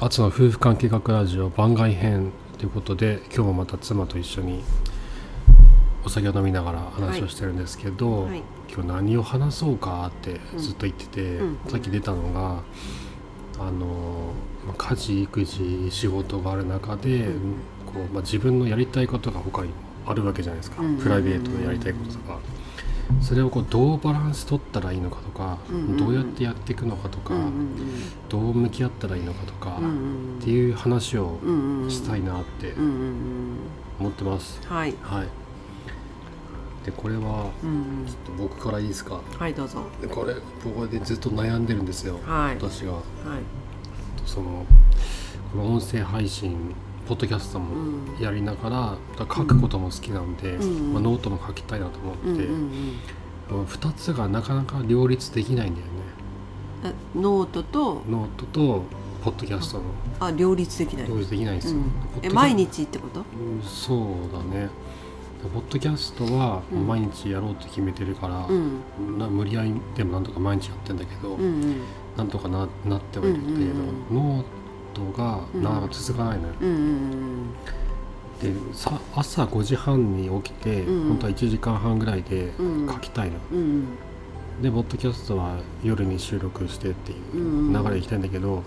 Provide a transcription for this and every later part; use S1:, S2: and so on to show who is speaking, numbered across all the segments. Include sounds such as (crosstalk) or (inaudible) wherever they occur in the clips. S1: アツの夫婦間計画ラジオ番外編ということで今日もまた妻と一緒にお酒を飲みながら話をしてるんですけど、
S2: はいはい
S1: 今日何を話そうかってずっと言ってて、
S2: うんうん
S1: さっき出たのがあのまあ家事育児仕事がある中で、
S2: うん
S1: こうまあ、自分のやりたいことが他にあるわけじゃないですか、
S2: うんうんうんうん
S1: プライベートでやりたいこととか。それをこうどうバランス取ったらいいのかとか、
S2: うんうんうん
S1: どうやってやっていくのかとか、
S2: うんうん
S1: どう向き合ったらいいのかとか、
S2: うんうん
S1: っていう話を
S2: うんうん
S1: したいなって
S2: うんうん
S1: 思ってます、
S2: うんはい
S1: はいでこれは
S2: うんうん
S1: ちょっと僕からいいですか
S2: はいどうぞ
S1: でこれ僕はねずっと悩んでるんですよ、
S2: はい
S1: 私が
S2: はい
S1: そのこの音声配信ポッドキャストも
S2: ん
S1: やりながらだから書くことも好きなんで、
S2: うん
S1: まあ、ノートも書きたいなと思って、
S2: うんうんうん
S1: まあ2つがなかなか両立できないんだよね
S2: あノートと
S1: ノートとポッドキャストの
S2: あ両立できない
S1: 両立できないんですよ、
S2: うん
S1: ポッドキ
S2: え
S1: ャ
S2: 毎日ってこと
S1: うんそうだねポッドキャストは
S2: うん
S1: 毎日やろうと決めてるから、
S2: うん
S1: な無理やりでもなんとか毎日やってんだけど、
S2: うんうん
S1: なんとかななってはいるんだけど、ノートがなかなか続かないのよ、
S2: うんうん
S1: でさ朝5時半に起きて、
S2: うんうん
S1: 本当は1時間半ぐらいで
S2: うん
S1: 書きたいの、
S2: うんうん
S1: でポッドキャストは夜に収録してっていう
S2: うん
S1: 流れでいきたいんだけど、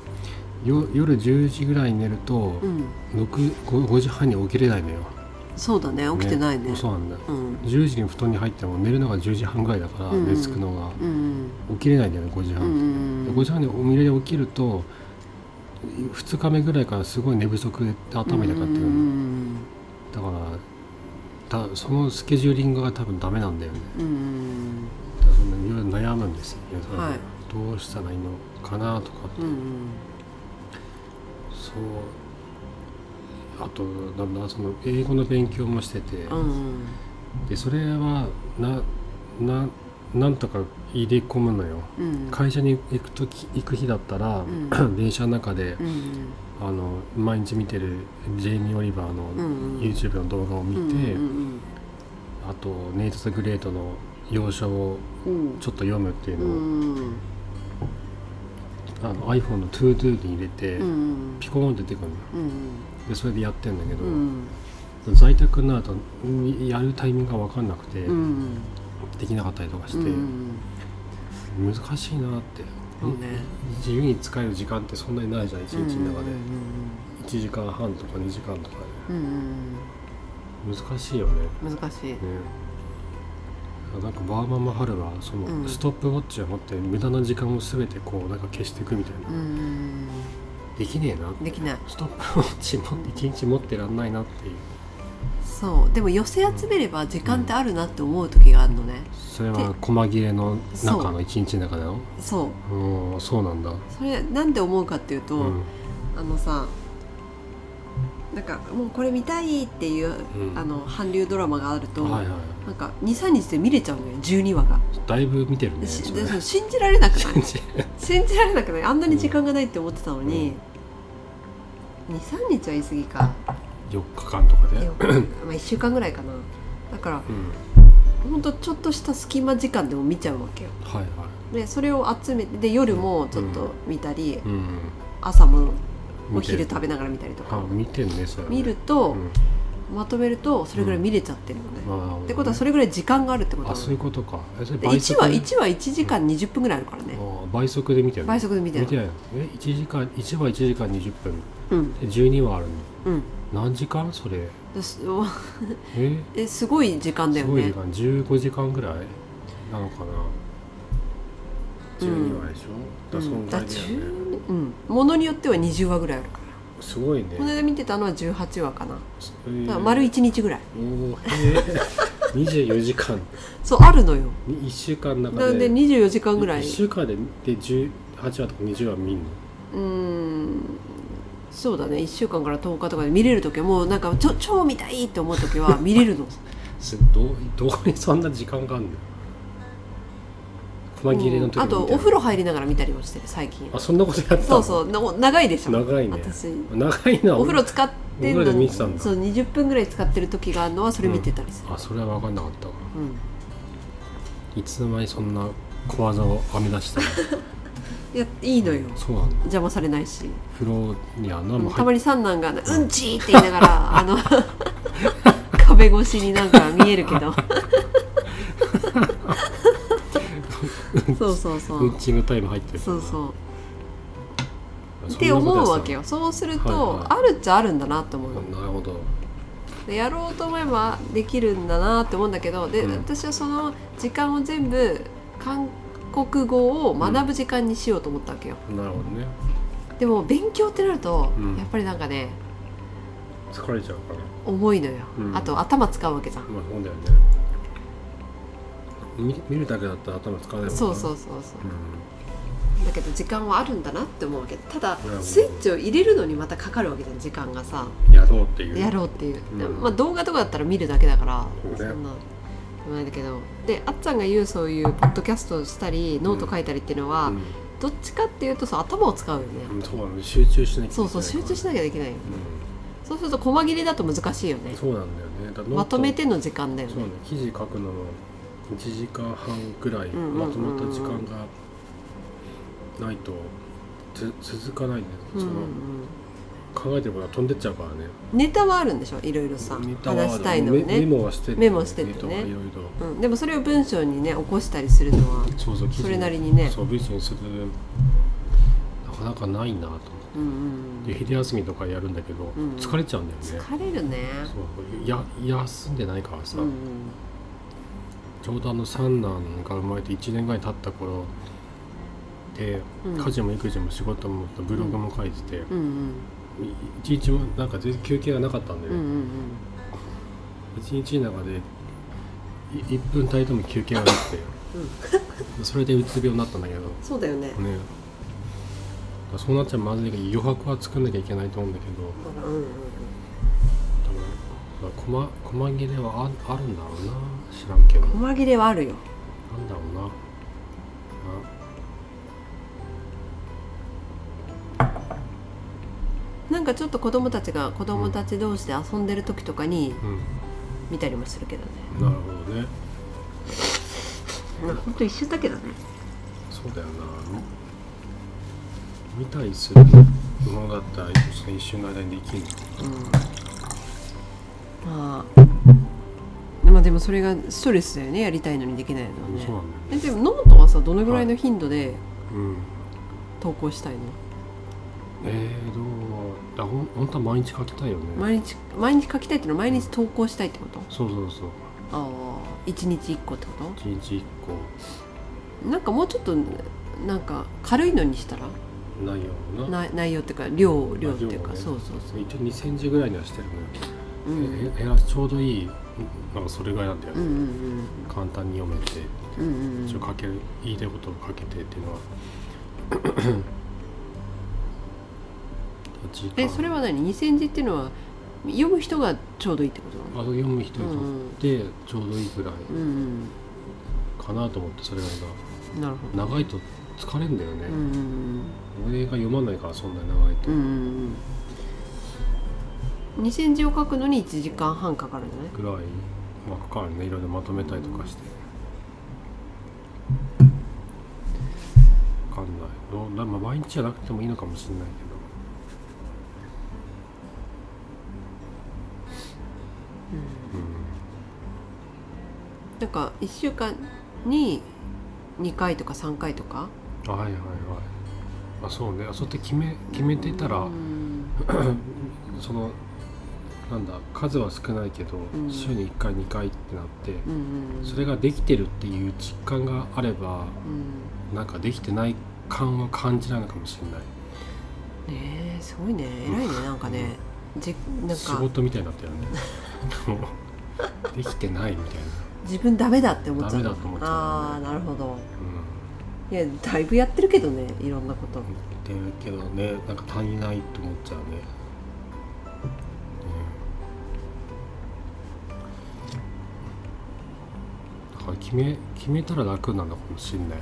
S1: よ夜10時ぐらいに寝ると、
S2: うん
S1: 六 5, 時半に起きれないのよ
S2: そうだね起きてないね
S1: そうなんだよ
S2: うん
S1: 10時に布団に入っても寝るのが10時半ぐらいだから、
S2: うんうん
S1: 寝つくのが
S2: うん
S1: 起きれないんだよね5時
S2: うんう
S1: 半、
S2: ん
S1: 5時半にお見れで起きると2日目ぐらいからすごい寝不足で頭痛かった
S2: うんうん
S1: だからだそのスケジューリングが多分ダメなんだよね
S2: うんうん
S1: だからそんないろいろ悩むんですよ、ねそれで
S2: はい
S1: どうしたらいいのかなとかって、
S2: うんうん
S1: そうあとなんだその英語の勉強もしてて、
S2: うん
S1: でそれはなななんとか入れ込むのよ
S2: うん
S1: 会社に行く時行く日だったら、
S2: う
S1: 電車の中で、
S2: うん
S1: あの毎日見てるジェイミー・オリバーの
S2: うんうん
S1: YouTube の動画を見
S2: うん
S1: て、
S2: うん
S1: あとネイト・ザ・グレートの要所を
S2: うん
S1: ちょっと読むっていう
S2: う
S1: のを、
S2: ん
S1: あの iPhone の ToDo に入れて、
S2: うん
S1: ピコーンって出てくるの
S2: うん
S1: でそれでやってんだけど、
S2: うん
S1: 在宅になるとんやるタイミングが分かんなくて、
S2: うん
S1: できなかったりとかして、
S2: うん
S1: 難しいなって、
S2: そうね
S1: 自由に使える時間ってそんなにないじゃん一日の中で、1時間半とか2時間とか
S2: うんうん
S1: で難しいよねね
S2: うん難しい
S1: なんかバーママハルはその、
S2: うん
S1: ストップウォッチを持って無駄な時間を全てこうなんか消していくみたいな、
S2: うん
S1: できねえなって
S2: できない
S1: ストップウォッチも1日持ってらんないなっていう
S2: そうでも寄せ集めれば時間ってあるなって思う時があるのね
S1: それは細切れの中の1日の中だよ
S2: そう
S1: うんそうなんだ
S2: それなんで思うかっていうと、
S1: うん
S2: あのさなんかもうこれ見たいっていう、
S1: うん
S2: あの韓流ドラマがあると、
S1: はいは
S2: なんか23日で見れちゃうのよ12話が、
S1: いだいぶ見てるね
S2: し
S1: そ
S2: で
S1: れ
S2: その信じられなくない
S1: 信
S2: 信じられなくないあんなに時間がないって思ってたのに、23日は言い過ぎか、
S1: じ4日間とかで
S2: いやまあ1週間ぐらいかなだから
S1: うん
S2: ほんとちょっとした隙間時間でも見ちゃうわけよ
S1: はいはい
S2: でそれを集めてで夜もちょっと見たり、
S1: うん
S2: 朝もお
S1: 見て
S2: 昼
S1: る
S2: 食べながら見たりと
S1: あ
S2: か
S1: 見てんねそれね
S2: 見ると、
S1: うん
S2: まとめるとそれぐらい見れちゃってるのね、
S1: まあ
S2: ってことはそれぐらい時間があるってこと
S1: あ
S2: な
S1: そう
S2: の
S1: いうことかえそれ
S2: で
S1: 倍
S2: 1
S1: 速
S2: 話1話1時間20分ぐらいあるからね
S1: ああ倍速で見てるの
S2: 倍速で見てる
S1: 見てないのえ一時間一話一時間20分
S2: うん
S1: で12話あるの
S2: うん
S1: 何時間それ
S2: です (laughs)
S1: え
S2: えすごい時間だ
S1: す
S2: よ
S1: ごい
S2: ね
S1: 時間15時間ぐらいなのかな12話でしょ、だそんぐらいだよね
S2: うんものによっては20話ぐらいあるから
S1: すごいね
S2: この間見てたのは18話かなだか
S1: えー
S2: ら丸1日ぐらい
S1: おーへー24時間
S2: そうあるのよ
S1: 1週間の
S2: な
S1: 中
S2: んで
S1: で
S2: 24時間ぐらい
S1: 1週間でで18話とか20話見んの
S2: うーんそうだね1週間から10日とかで見れる時はもうなんかちょ超見たいって思う
S1: (laughs)
S2: 時は見れるの
S1: すどうどこにそんな時間があるの細切れの時
S2: うんあとお風
S1: 呂
S2: 呂入りながら見たりもしてる最近
S1: あそんなことやってた
S2: そう
S1: の
S2: そうな長いでしょ
S1: 長いね
S2: 私
S1: 長いな
S2: お風呂使ってん
S1: お風
S2: の
S1: 呂で見
S2: に
S1: てたんだ
S2: そう20分ぐらい使ってる時があるのはそれ見てたりする、
S1: あそれは分かんなかったわ
S2: うん (laughs)
S1: いつの間にそんな小技を編み出したの
S2: いやいいのよ
S1: そうなんだ
S2: 邪魔されないし、
S1: 風呂にあんな
S2: う
S1: も
S2: ん
S1: ん
S2: た
S1: 入
S2: ま
S1: っ
S2: に三男が「うんち!」って言いなが
S1: (laughs)
S2: らあの壁越しになんか見える
S1: (laughs)
S2: けどそうそうそ
S1: うん
S2: う
S1: ちのタイム入ってる
S2: そうそう
S1: あそんなことや
S2: って思うわ
S1: って
S2: け
S1: た
S2: よそうする
S1: は
S2: と、
S1: いは
S2: あるっちゃあるんだなと思うの
S1: なるほど
S2: でやろうと思えばできるんだなって思うんだけどで、
S1: うん
S2: 私はその時間を全部韓国語を学ぶ時間にしようと思ったわけよ、
S1: なるほどね
S2: でも勉強ってなると、
S1: うん
S2: やっぱりなんかね
S1: 疲れちゃうから
S2: 重いのよ、
S1: うん
S2: あと頭使うわけじゃん、
S1: まあそうだよね見見るだけだったら頭使わないもんな
S2: そうそうそうそう
S1: う
S2: だけど時間はあるんだなって思うわけどただ
S1: ほど
S2: スイッチを入れるのにまたかかるわけじゃん時間がさ
S1: んやろうっていう
S2: やろうっていう、
S1: うん
S2: でもまあ動画とかだったら見るだけだから
S1: そうね
S2: そんなでもないんだけどであっちゃんが言うそういうポッドキャストをしたりノート書いたりっていうのは、
S1: う
S2: どっちかっていうとさ頭を使うよね、
S1: ん、そうなの集中しなきゃいけない
S2: そうそう集中し
S1: な
S2: なきゃできないよ
S1: う
S2: そうすると細切れだと難しいよね
S1: ん、そうなんだよねだからノート
S2: まとめての時間だよ
S1: そう
S2: ね
S1: ね記事書くのも1時間半くらい
S2: うんうんうんう
S1: ま
S2: ん
S1: とまった時間がないとつ続かないんだよ、
S2: うんう
S1: そ
S2: ん
S1: の考えてることが飛んでっちゃうからね
S2: ネタはあるんでしょいろいろさ
S1: ネタは
S2: 話したいの
S1: メメ
S2: ね、
S1: モはして
S2: メモしててね
S1: ネタはいろいろ
S2: うん、でもそれを文章にね起こしたりするのは、
S1: そうそう記事
S2: それなりにね
S1: そうビジネスするなかなかないなと思っ
S2: うんうんう
S1: てで
S2: ん、
S1: 昼休みとかやるんだけど、
S2: んうん
S1: 疲れちゃうんだよね
S2: 疲れるね
S1: そうや休んでないからさ、
S2: うん
S1: ちょうどあの三男が生まれて1年ぐらい経った頃で
S2: うん
S1: 家事も育児も仕事もブログも書いてて、
S2: うんうん
S1: い一日もなんか全然休憩がなかったんだ
S2: うんう
S1: よ、
S2: ん
S1: 一日の中で1分たりとも休憩がなくて、 (laughs) それでうつ病になったんだけどね
S2: そうだよね、
S1: だからそうなっちゃまずいから余白は作んなきゃいけないと思うんだけど
S2: うんうんうん、
S1: 多分まあ細細切れはああるんだろうな知らんけど
S2: 細切れはあるよ
S1: なんだろうな。
S2: なんかちょっと子供たちが子供たち同士で遊んでる時とかに
S1: あ、うん。
S2: 見たりもするけどね、
S1: なるほどね。
S2: まあ、ほんと一瞬だけどね
S1: そうだよな。見たりするものだったら、その一瞬の間にできる。
S2: まあまあでもそれがストレスだよねやりたいのにできないのはね
S1: そうなんだ
S2: え
S1: よね。
S2: でもノートはさどのぐらいの頻度で
S1: うん。
S2: 投稿したいの、
S1: えー、どうだほん本当は毎日書きたいよね。
S2: 毎日毎日書きたいってのは毎日投稿したいってこと
S1: そうそうそう。
S2: ああ1日1個ってこ
S1: 一日一個
S2: となんかもうちょっとなんか軽いのにしたら
S1: 内容な。
S2: な内容っていうか量量っていう
S1: まあ量
S2: か、
S1: ね
S2: そうそうそ
S1: 一応2センチぐらいにはしてるね。
S2: う、うん、
S1: え減らちょうどいい、なんかそれぐらいなんだよ
S2: うんう
S1: ね。
S2: ん
S1: 簡単に読めて。
S2: うんうんうんうん
S1: 一応書ける言いたいことを書けてっていうのは
S2: (laughs)
S1: 時間
S2: えそれは何2センチっていうのは読む人がちょうどいいってこと
S1: あ
S2: なの
S1: と読む人にとってちょうどいいぐらい
S2: うん
S1: かなと思ってそれが
S2: うんなるほど
S1: 長いと疲れんだよね、
S2: うんうん
S1: 俺が読まないからそんなに長いと、
S2: うんうんうんうん2,000字を書くのに1時間半かかるんじゃない
S1: ぐらいまあかかるねいろいろまとめたりとかして分かんないどうだ、まあ、毎日じゃなくてもいいのかもしれないけど
S2: なんか1週間に2回とか3回とか
S1: はいはいはいあそうねあそうやって決め決めてたら、
S2: うん
S1: そのなんだ数は少ないけど、
S2: うん
S1: 週に1回2回ってなって、
S2: うんうんうん
S1: それができてるっていう実感があれば
S2: うん
S1: なんかできてない感は感じないのかもしれない
S2: ねえすごいね偉いねなんかねじなん
S1: 仕
S2: か
S1: 事みたいになったよ
S2: (laughs)
S1: ねもうできてないみたいな、
S2: 自分ダメだって思っちゃ
S1: ダメ
S2: う
S1: だと思っちゃう
S2: ああなるほどいやだいぶやってるけどねいろんなこと
S1: うん、ってるけどねなんか足りないと思っちゃうね、うん、だから決め決めたら楽なのかもしれないよね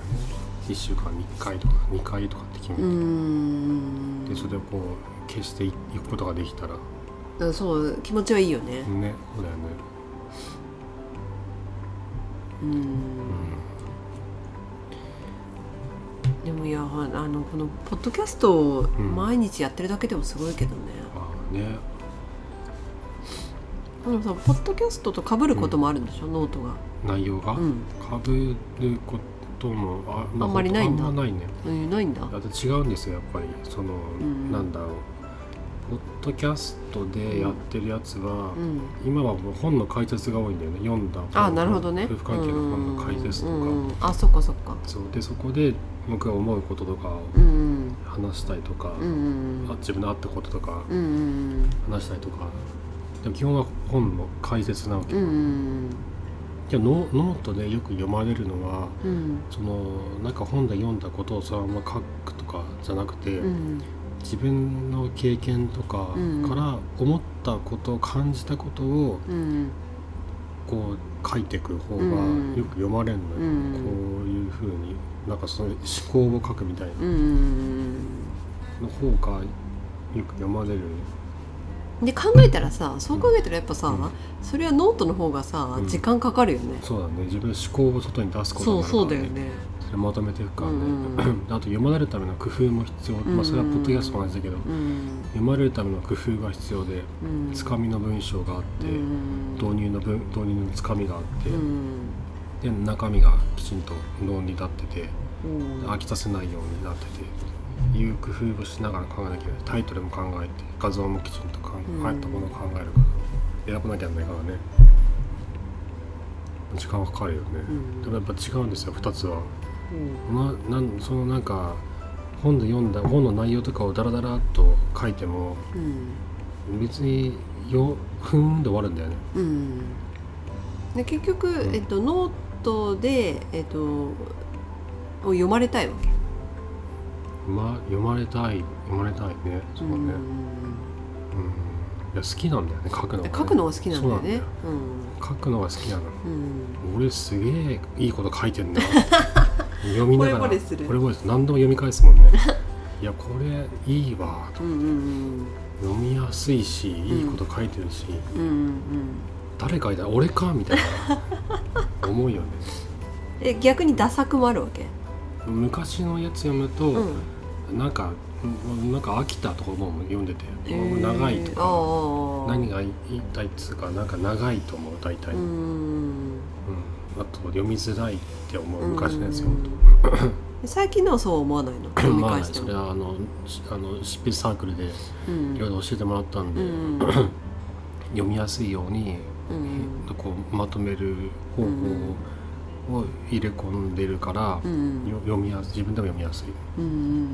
S1: 1週間に1回とか2回とかって決めて、
S2: うん
S1: でそれをこう消していいくことができたらね
S2: うんそう気持ちはいいよね
S1: そうだよね
S2: うんでもいやあのこのポッドキャストを
S1: ん
S2: 毎日やってるだけでもすごいけどね、
S1: ああね
S2: でもさポッドキャストと被ることもあるんでしょ、ノートが
S1: 内容が、
S2: うん
S1: かぶることもあ,、
S2: あんまりないんだ
S1: あんまないね
S2: えーないんだ
S1: だって違うんですよやっぱりその、
S2: ん
S1: なんだろうポッドキャストでやってるやつは、
S2: うん
S1: 今はもう本の解説が多いんだよね読んだ
S2: あなるほどね
S1: 夫婦関係の本の解説とか、
S2: うんうんあそっかそっか
S1: そうでそこで僕が思うこととかを
S2: うん
S1: 話したりとか、
S2: うんうん
S1: あ自分のあったこととか
S2: うんうん
S1: 話したりとか、でも基本は本の解説なわけ、
S2: うんうん
S1: でもノノートでよく読まれるのは
S2: うん
S1: そのなんか本で読んだことをそのまま書くとかじゃなくて、
S2: うん
S1: 自分の経験とか
S2: うん
S1: から思ったこと感じたことを
S2: うん
S1: こう書いていく方が
S2: うん
S1: よく読まれるのよ、
S2: うん
S1: こういうふうになんかその思考を書くみたいな
S2: うんうん
S1: の方がよく読まれる
S2: で考えたらさそう考えたらやっぱさ、
S1: うん
S2: それはノートの方がさ
S1: うん
S2: 時間かかるよね、
S1: そうだね自分の思考を外に出すこと
S2: そうそう
S1: になる
S2: だ
S1: か
S2: よ
S1: らね
S2: ね
S1: それまとめていくからね、
S2: うん
S1: あと読まれるための工夫も必要、まあ、それはポッドキャストも同じだけど、
S2: うん
S1: 読まれるための工夫が必要で
S2: うん
S1: つかみの文章があって、
S2: うん
S1: 導入の文導入のつかみがあって、
S2: うん
S1: で中身がきちんと脳に立ってて
S2: うん
S1: 飽きさせないようになってていう工夫をしながら考えなきゃいけないタイトルも考えて画像もきちんと考
S2: う
S1: え
S2: ん
S1: 入ったものを考えるから選ばなきゃいけないからね時間はかかるよね、
S2: うん
S1: でもやっぱ違うんですよ2つは
S2: うん
S1: ななんそのなんか本で読んだ本の内容とかをダラダラっと書いても
S2: うん
S1: 別によふーんで終わるんだよね
S2: うん、で結局、
S1: ん
S2: えっと、ノートで、えっと、を読まれたいわけ。
S1: まあ読まれたい読まれたいねそうだね、うんいや好きなんだよね書くのが、
S2: で
S1: ね、
S2: 書くのが好きなんだよね。
S1: そう
S2: う
S1: 書くのが好きなの
S2: ん
S1: 俺すげえいいこと書いてん
S2: (laughs)
S1: な読みながら
S2: 惚れ惚れする
S1: 惚れ惚れする何度も読み返すもんねいやこれいいわ
S2: うんうんうん
S1: 読みやすいしいいこと書いてるし、
S2: うんうん
S1: 誰書いた俺かみたいな思うよね
S2: え逆に打作もあるわけ。
S1: 昔のやつ読むと、
S2: うん
S1: なんかうんなんか飽きたとか思うもん読んでて、長いと
S2: あ
S1: か
S2: あ
S1: 何が言いたいっつうかなんか長いと思う大体、
S2: う
S1: うん
S2: ん
S1: あと読みづらいって思う昔のやつ
S2: う
S1: 読
S2: (laughs)
S1: むと。
S2: ん最近のはそう思わないの読み
S1: ま
S2: 返
S1: あ
S2: して
S1: そ
S2: も
S1: れ。はあのしあの執筆サークルでい
S2: うん
S1: ろいろ教えてもらったん
S2: う
S1: で、
S2: ん
S1: 読みやすいように、
S2: うん
S1: こうまとめる方法を入れ込んでるから、
S2: うん
S1: よ読みやす自分でも読みやすい
S2: うんうんうん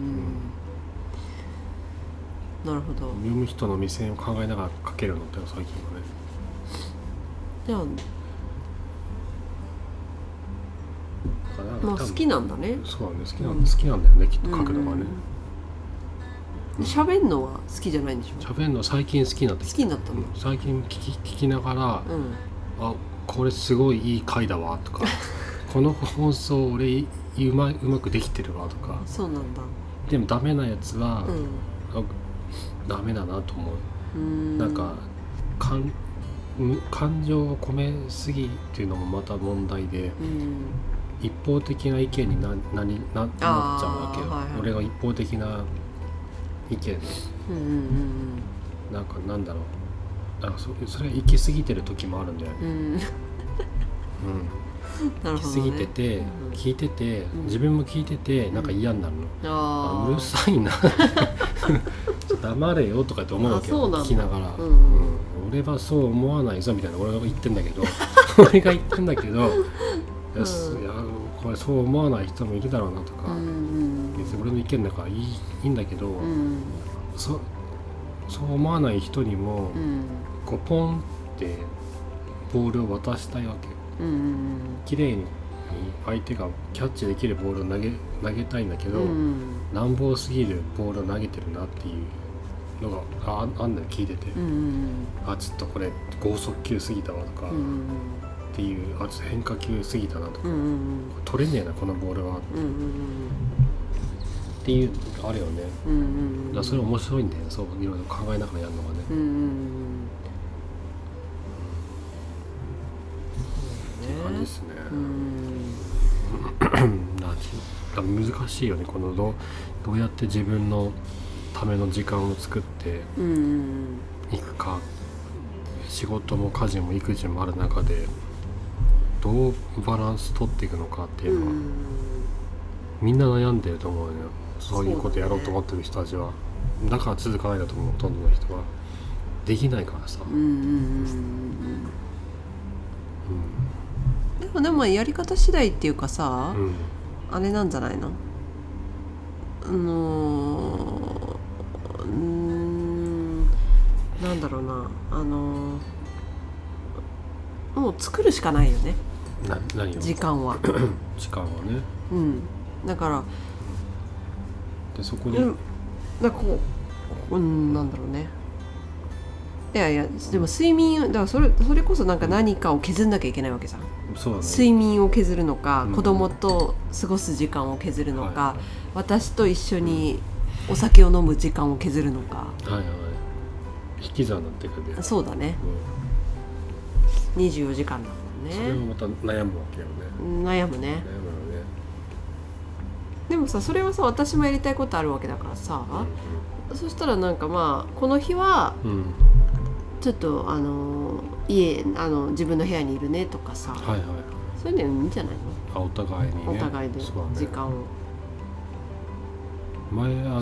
S2: なるほど。
S1: 読む人の目線を考えながら書けるのって最近はね
S2: じゃあ
S1: だから
S2: まあ好きなんだね
S1: 多分そうだね好きな、
S2: うん
S1: 好きなんだよねきっと書くのがね
S2: うん喋んのは好きじゃないんでしょ
S1: 喋るの最近好きになって
S2: 好
S1: きた
S2: きになったの
S1: うん最近聞き聞きながら、
S2: うん
S1: あこれすごいいい回だわ
S2: (laughs)
S1: とかこの放送俺いうまうまくできてるわとか
S2: そうなんだ
S1: でもダメなやつは、
S2: うん
S1: あダメだなと思う、
S2: うーん
S1: なんかかんむ感情を込めすぎっていうのもまた問題で
S2: うん
S1: 一方的な意見にななにななっちゃうわけよ、
S2: あーはいはい
S1: 俺が一方的な意見
S2: うんうん
S1: なんかなんだろうなんかそそれは行き過ぎてる時もあるんだよね
S2: うんう、ん
S1: うん
S2: な
S1: 聞
S2: るほ
S1: き
S2: ど
S1: すぎて
S2: ね
S1: て、
S2: うん
S1: 聞いてて、
S2: ん
S1: 自分も聞いててなんか嫌になるの、
S2: あ
S1: あ
S2: あ
S1: うるさいな黙れよとかって思うわけ
S2: あそう
S1: よ
S2: なんだ
S1: 聞きながら、
S2: うん
S1: うん俺はそう思わないぞみたいな俺が言ってんだけど (laughs) 俺が言ってんだけど、いやす
S2: うん
S1: いやこれそう思わない人もいるだろうなとか、
S2: うんうん
S1: 別に俺の意見だからいいいいんだけど、
S2: うん
S1: そそう思わない人にも、
S2: うん
S1: こうポンってボールを渡したいわけよ
S2: うんうん
S1: 綺麗に相手がキャッチできるボールを投げ投げたいんだけ
S2: う
S1: ど、
S2: ん
S1: 乱暴すぎるボールを投げてるなっていうのがああんのよ聞いてて、
S2: うん
S1: あちょっとこれ剛速球すぎたわとか、
S2: うんう
S1: っ
S2: ん
S1: ていうあちょっと変化球すぎたなとか、
S2: うんうん
S1: 取れねえなこのボールはっ
S2: うんうん
S1: ていうあるよね
S2: うんうん
S1: だからそれ面白いんだよねそういろいろ考えながらやるのがね、
S2: うんうんうん
S1: って感じですね、
S2: うん
S1: ラジだから難しいよねこのどうどうやって自分のための時間を作って
S2: うん
S1: いくか仕事も家事も育児もある中でどうバランス取っていくのかっていううのは、
S2: ん
S1: みんな悩んでると思うよねそういうことやろう
S2: そうだ
S1: と思
S2: ね
S1: ってる人たちはだから続かないだと思うほとんどの人はできないからさ、
S2: うんうんうんでもでもやり方次第っていうかさ、
S1: うん
S2: あれなんじゃないのあのーうーんなんだろうなあのーもう作るしかないよね
S1: うん、な何を
S2: 時
S1: 時
S2: 間は
S1: 間はね
S2: うんだから
S1: でそこに、
S2: うんなんかこううんなんだろうねいやいやでも睡眠だからそれそれこそなんか何かを削んなきゃいけないわけじゃん
S1: そうだね
S2: 睡眠を削るのか、
S1: うん
S2: 子供と過ごす時間を削るのか、
S1: は
S2: 私と一緒にお酒を飲む時間を削るのか
S1: いはいはい引き算になっていくで、うん、
S2: そうだね24時間だ
S1: それも
S2: もんね
S1: また悩むわけよね
S2: 悩
S1: 悩
S2: むね
S1: むよね
S2: でもさそれはさ私もやりたいことあるわけだからさ、そしたらなんかまあこの日は
S1: うんうん
S2: ちょっとあの家あの自分の部屋にいるねとかさ、
S1: はいはい
S2: そういうのいいんじゃない
S1: あお互いに
S2: の、
S1: ね
S2: お互いで
S1: そうだね
S2: 時間を
S1: 前あの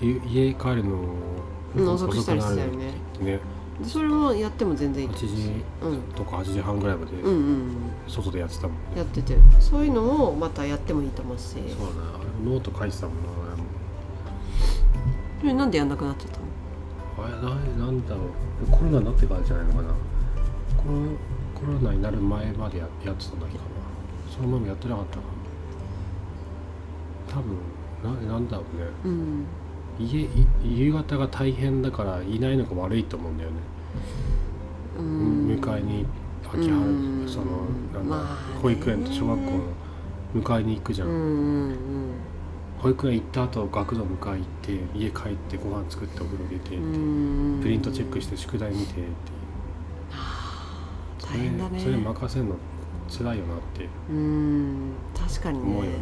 S1: い家帰るの
S2: 覗くしたりしたよね
S1: ね
S2: でそれもやっても全然いい
S1: 8時
S2: うん
S1: とか8時半ぐらいまで
S2: うんうんうん
S1: 外でやってたもんね、
S2: やっててそういうのをまたやってもいいと思うし
S1: そうだなあれノート書いてたもんな
S2: それなんでやんなくなっちゃったの
S1: あれなんなんだろうコロナになってからじゃないのかなコロコロナになる前までややってたんだっけかなその前もやってなかったかな多分ななんだろうね
S2: うん
S1: 家い夕方が大変だからいないのが悪いと思うんだよね、
S2: うん
S1: 迎えに秋葉
S2: うん
S1: 原そのなんだ、
S2: まあね
S1: 保育園と小学校の迎えに行くじゃ、
S2: うんんうん
S1: 保育園行った後学童迎え行って家帰ってご飯作ってお風呂入れて、
S2: うんうん
S1: プリントチェックして宿題見てっていう
S2: 大変だね
S1: それそれ任せるの辛いよなって
S2: うん確かにね
S1: 思うよね、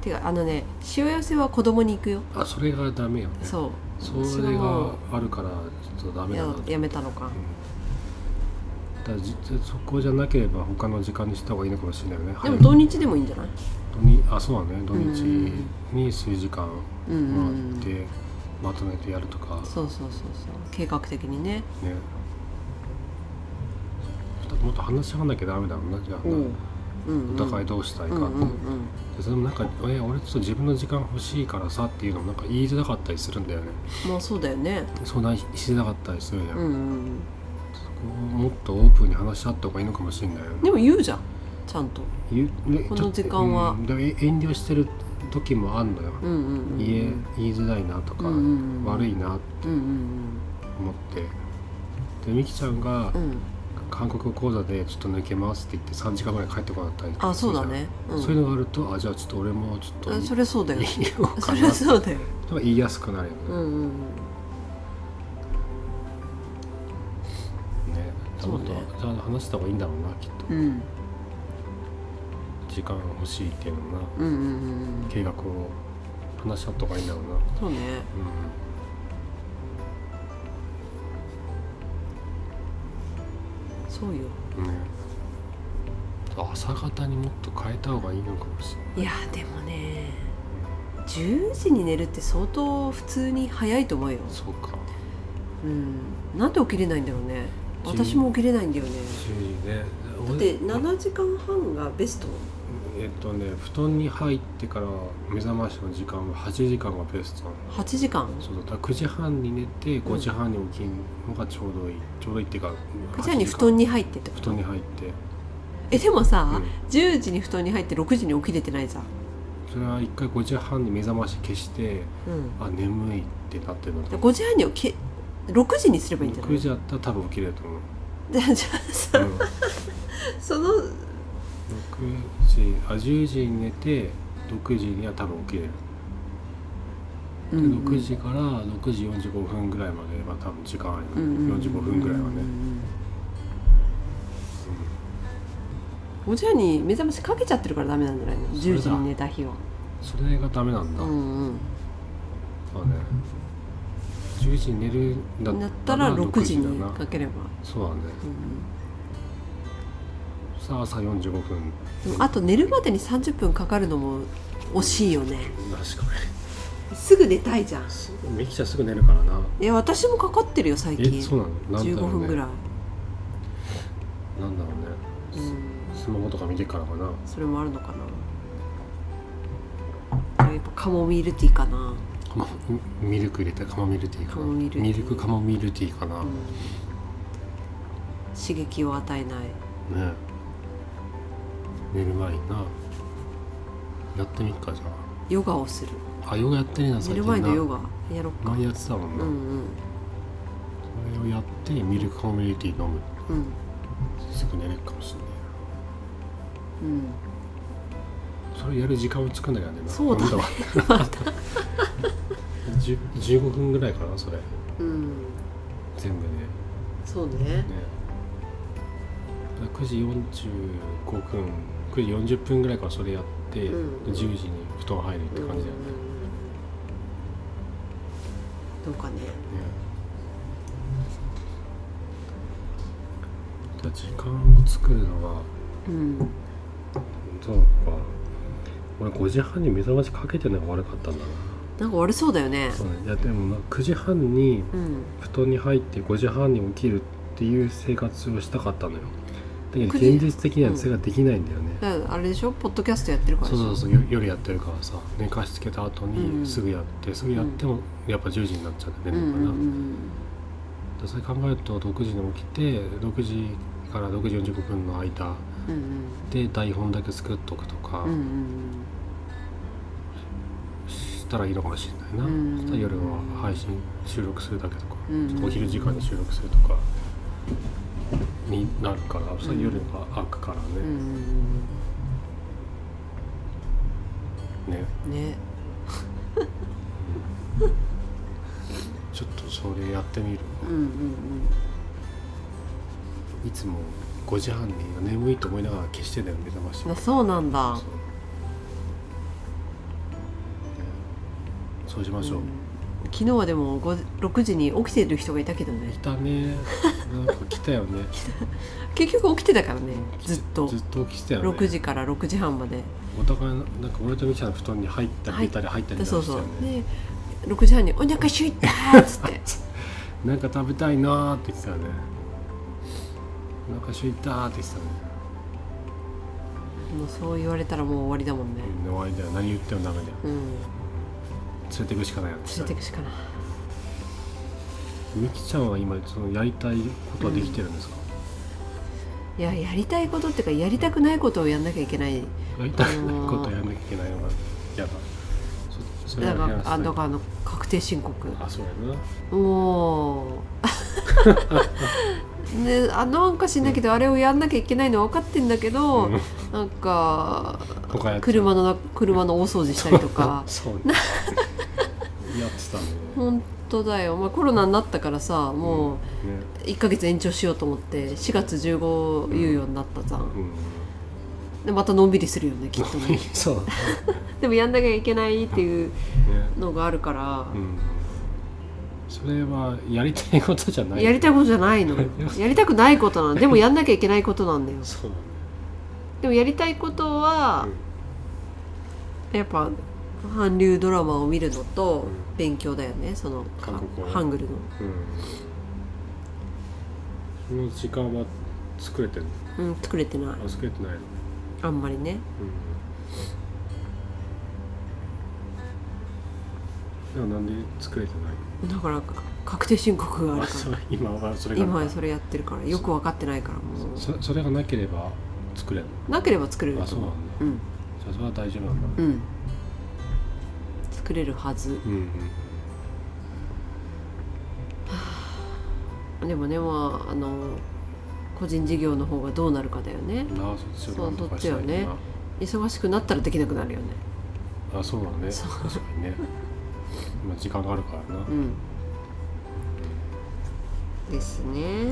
S2: てかあのねしわ寄せは子供に行くよ
S1: あそれがダメよね
S2: そう
S1: そ
S2: 私
S1: れが
S2: も
S1: あるからちょっとダメだ
S2: や
S1: なって
S2: やめたのか
S1: だからじそこじゃなければ他の時間にした方がいいのかもしれないよね
S2: でも
S1: 早
S2: 土
S1: く
S2: 日でもいいんじゃない
S1: 土日あそうだね土日
S2: うん
S1: に数時間
S2: うんうんう
S1: もらっ
S2: ん
S1: てまとめてやるとかね
S2: そうそうそうそう計画的にね
S1: もっと話し合わなきゃダメだろうなじゃあな、
S2: うんうん
S1: お互いどうしたいか
S2: う
S1: って、
S2: んうんうん
S1: でそれもなんか「え俺ちょっと自分の時間欲しいからさ」っていうのもなんか言いづらかったりするんだよね
S2: まあそうだよね
S1: 相談しづらかったりするじゃん、
S2: うんうん
S1: そこをもっとオープンに話し合った方がいいのかもしれないよ
S2: で
S1: ね
S2: も言うじゃんちゃんと
S1: 言うね
S2: この
S1: ちょっと
S2: 時間は
S1: うんでもえ遠慮してる時もあんのよ、
S2: うんうんうんうん
S1: 言え言いづらいなとか、
S2: うんうんうん
S1: 悪いなって
S2: うんうん
S1: 思ってでみきちゃんが
S2: うんうん
S1: 韓国講座でちょっと抜けますって言って3時間ぐらい帰ってこなかったりと
S2: あ
S1: かす
S2: そ
S1: る
S2: う
S1: じゃ
S2: だ
S1: ん
S2: ね、うん、
S1: そういうのがあるとあじゃあちょっと俺もちょっと
S2: あそれそうだよ
S1: 言おう
S2: そ
S1: か
S2: れ
S1: な
S2: そうだよ
S1: とか言いやすくなるよね、
S2: うんうんうん
S1: ね、
S2: そうね
S1: ちゃんとちゃんと話した方がいいんだろうなきっと、
S2: うん
S1: 時間欲しいっていうのもな
S2: うんうんうん
S1: 計画を話し合った方がいいんだろうな、
S2: そうねそうよ
S1: うんね、朝方にもっと変えた方がいいのかもしれない
S2: いやでもね10時に寝るって相当普通に早いと思うよ、
S1: そうか
S2: うん、なんで起きれないんだろうね
S1: 10
S2: 私も起きれないんだよね
S1: 10時ね
S2: だって7時間半がベスト
S1: えっとね布団に入ってから目覚ましの時間は8時間がベストなの
S2: 8時間
S1: そうだだから9時半に寝て5時半に起きるのがちょうどいい、ちょうどいいっていうか
S2: 9時半に布団
S1: に
S2: に入ってってこ
S1: 布
S2: と
S1: 団に入って
S2: えでもさ、
S1: うん
S2: 10時に布団に入って6時に起きれてないじゃん、
S1: それは一回5時半に目覚まし消してあ眠いってなってるの
S2: で
S1: か
S2: 5時半に起き6時にすればいいんじゃない
S1: 6時だったら多分起きれると思う、
S2: じゃあじゃあ
S1: う
S2: さ、
S1: ん、6
S2: その
S1: 時あ10時に寝て6時には多分起きれるで6時から6時45分ぐらいまでは多分時間あるよね、45分ぐらいはね、
S2: 5時半に目覚ましかけちゃってるからダメなんじゃないの
S1: それだ
S2: 10時に寝た日は
S1: それがダメなんだ、
S2: うんうん
S1: そうね10時に寝るんだ
S2: だったら6時に
S1: だな
S2: かければ、
S1: そうだね
S2: うん
S1: そしたら朝45分
S2: うん、でもあと寝るまでに30分かかるのも惜しいよね
S1: 確か
S2: すぐ寝たいじゃん
S1: にミキちゃんすぐ寝るからない
S2: や私もかかってるよ最近
S1: えそうなのなんだろうね
S2: 15分ぐらい、
S1: なんだろうね
S2: うん、
S1: スマホとか見てからかな
S2: それもあるのかなやっぱカモミールティーかな
S1: カモミルク入れたカモミルティーか
S2: カ
S1: な
S2: モミルティー
S1: ミルクカモミルティーかな、
S2: うん刺激を与えない
S1: ね寝る前になやってみっかじゃ
S2: ヨガをする
S1: ああヨガやってるな
S2: 寝
S1: 最
S2: る
S1: 近な
S2: 前のヨガやろっか
S1: 前やってたもん
S2: うんう
S1: な、
S2: ん
S1: それをやってミルクカモミルティー飲む
S2: うん
S1: すぐ寝れるかもしれない
S2: うん
S1: それやる時間を作んなきゃね
S2: そうだね
S1: わ
S2: (laughs)
S1: 10 15分ぐらいかなそれ
S2: うん
S1: 全部ね
S2: そうね
S1: ねだから9時45分9時40分ぐらいからそれやって、
S2: う
S1: 10
S2: ん
S1: 時に布団入るって感じだよね、
S2: どうかね
S1: ねだ時間を作るのは
S2: うん
S1: そうか俺5時半に目覚ましかけてるのが悪かったんだな
S2: なんか悪そうだよね
S1: そうねいやでもな9時半に
S2: うん
S1: 布団に入って5時半に起きるっていう生活をしたかったのよだけど
S2: 9
S1: 現
S2: 時
S1: 実的にはそれができないんだよね、
S2: だからあれでしょポッドキャストやってるから
S1: そ
S2: で
S1: う
S2: しょ
S1: そうそうよ夜やってるからさ寝かしつけた後
S2: うん
S1: にすぐやって、すぐやってもやっぱ10時になっちゃって
S2: う
S1: ね、
S2: ん
S1: る
S2: う
S1: のか
S2: んう
S1: な、
S2: ん
S1: でそれ考えると6時に起きて6時から6時45分の間
S2: うん
S1: で台本だけ作っとくとか
S2: うんうん
S1: したらいいのかもしれないな、
S2: うん
S1: そしたら夜は配信収録するだけとか、
S2: うん
S1: ちょっとお昼時間に収録するとかになるからそしたら夜が開くからね、
S2: うんうん
S1: ね
S2: うんね
S1: ちょっとそれやってみる、
S2: うんうんうん
S1: いつも5時半に眠いと思いながら消してたよ目覚まし
S2: あそうなんだ
S1: そう,、そうしましょう、
S2: うん昨日はでも5 6時に起きてる人がいたけど
S1: 来
S2: ね
S1: たねなんか来たよね
S2: 結局起きてたからね (laughs) ずっと
S1: ずっと来てたよね
S2: 6時から6時半まで
S1: お互いなんか俺とみきちゃんの布団に入ったり
S2: 入っ
S1: 出たり入ったり
S2: で
S1: 出た
S2: そう
S1: りして
S2: そ
S1: た
S2: う
S1: よね
S2: で6時半に「お腹すいた!」っつって (laughs)
S1: なんか食べたいなーって言ってたよねお腹空いたーって言ってたね
S2: もうそう言われたらもう終わりだもんね
S1: うん終わりだよ何言ってもダメだよ
S2: うん
S1: 連れてくしかないよって
S2: 連れてくしかない
S1: みきちゃんは今そのやりたいことはできてるんですか、
S2: いややりたいことっていうかやりたくないことをやんなきゃいけない
S1: やりたくないことやんなきゃいけないのが嫌だそそれ
S2: だ
S1: は
S2: からあ
S1: 嫌
S2: だ
S1: だ
S2: からあの確定申告
S1: あそうや
S2: (laughs) もうねあなんかしんだけど、あれをやんなきゃいけないの分かってんだけど、
S1: うん
S2: なんか
S1: な他やってる
S2: 車のな車の大掃除したりとか
S1: (laughs) そう
S2: (laughs)
S1: ねやってたね
S2: 本当だよ、まあ、コロナになったからさもう
S1: ね
S2: 1ヶ月延長しようと思って4月15言うようになったじゃん
S1: うん
S2: でまたのんびりするよ
S1: (laughs)
S2: ねきっとね
S1: そうだね
S2: でもやんなきゃいけないっていう
S1: ね
S2: のがあるから、
S1: うんそれはやりたいことじゃない
S2: やりたい
S1: い
S2: ことじゃないの
S1: (laughs)
S2: やりたくないことなのでもやんなきゃいけないことなんだよ
S1: そうだね
S2: でもやりたいことは、やっぱ韓流ドラマを見るのと
S1: う
S2: 勉強だよねその
S1: 韓国語ね
S2: ハングルの
S1: うんその時間は作れてる
S2: うん作れてない
S1: あ作れてないのね
S2: あんまりね
S1: うんでもなんで作れてない
S2: だからか確定申告がある
S1: あ
S2: か
S1: そう今はそれ
S2: ら
S1: が
S2: 今はそれやってるからよく分かってないからもう
S1: そそれがなければ作れる
S2: なければ作れる
S1: あ
S2: と
S1: そうな
S2: 思
S1: ん
S2: う
S1: だ
S2: うん
S1: じゃあそれは大丈夫なん
S2: う
S1: だ
S2: ん作れるはず
S1: うんうん
S2: でもねまああの個人事業の方がどうなるかだよね
S1: なあそっちをなんとかし
S2: そうそっち
S1: た
S2: よ
S1: いな
S2: ね忙しくなったらできなくなるよね
S1: あそうだね
S2: そう
S1: 確かにね今時間があるからな、
S2: うんですね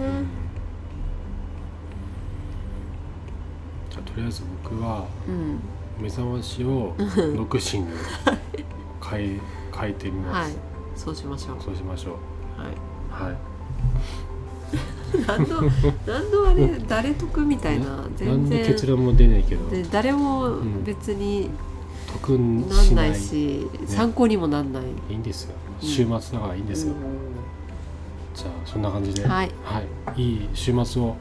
S1: じゃあとりあえず僕は
S2: うん
S1: も目覚ましを6時に変え変えてみま
S2: は
S1: す、
S2: いそうしましょう
S1: そうしましょう
S2: はい
S1: はい
S2: (laughs) 何の何のあれ誰得みたいな全
S1: 何の結
S2: 然
S1: 論も出ないけど
S2: で誰も
S1: ん
S2: 別に
S1: 得に
S2: なん
S1: し
S2: な
S1: ないい
S2: し、参考にもなんない
S1: いいんですよ
S2: うん
S1: 週末だからいいんですよ、
S2: う
S1: じゃあそんな感じでは
S2: はいい、
S1: い、い週末を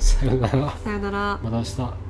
S1: さよなら
S2: んさよなら
S1: また明日
S2: 「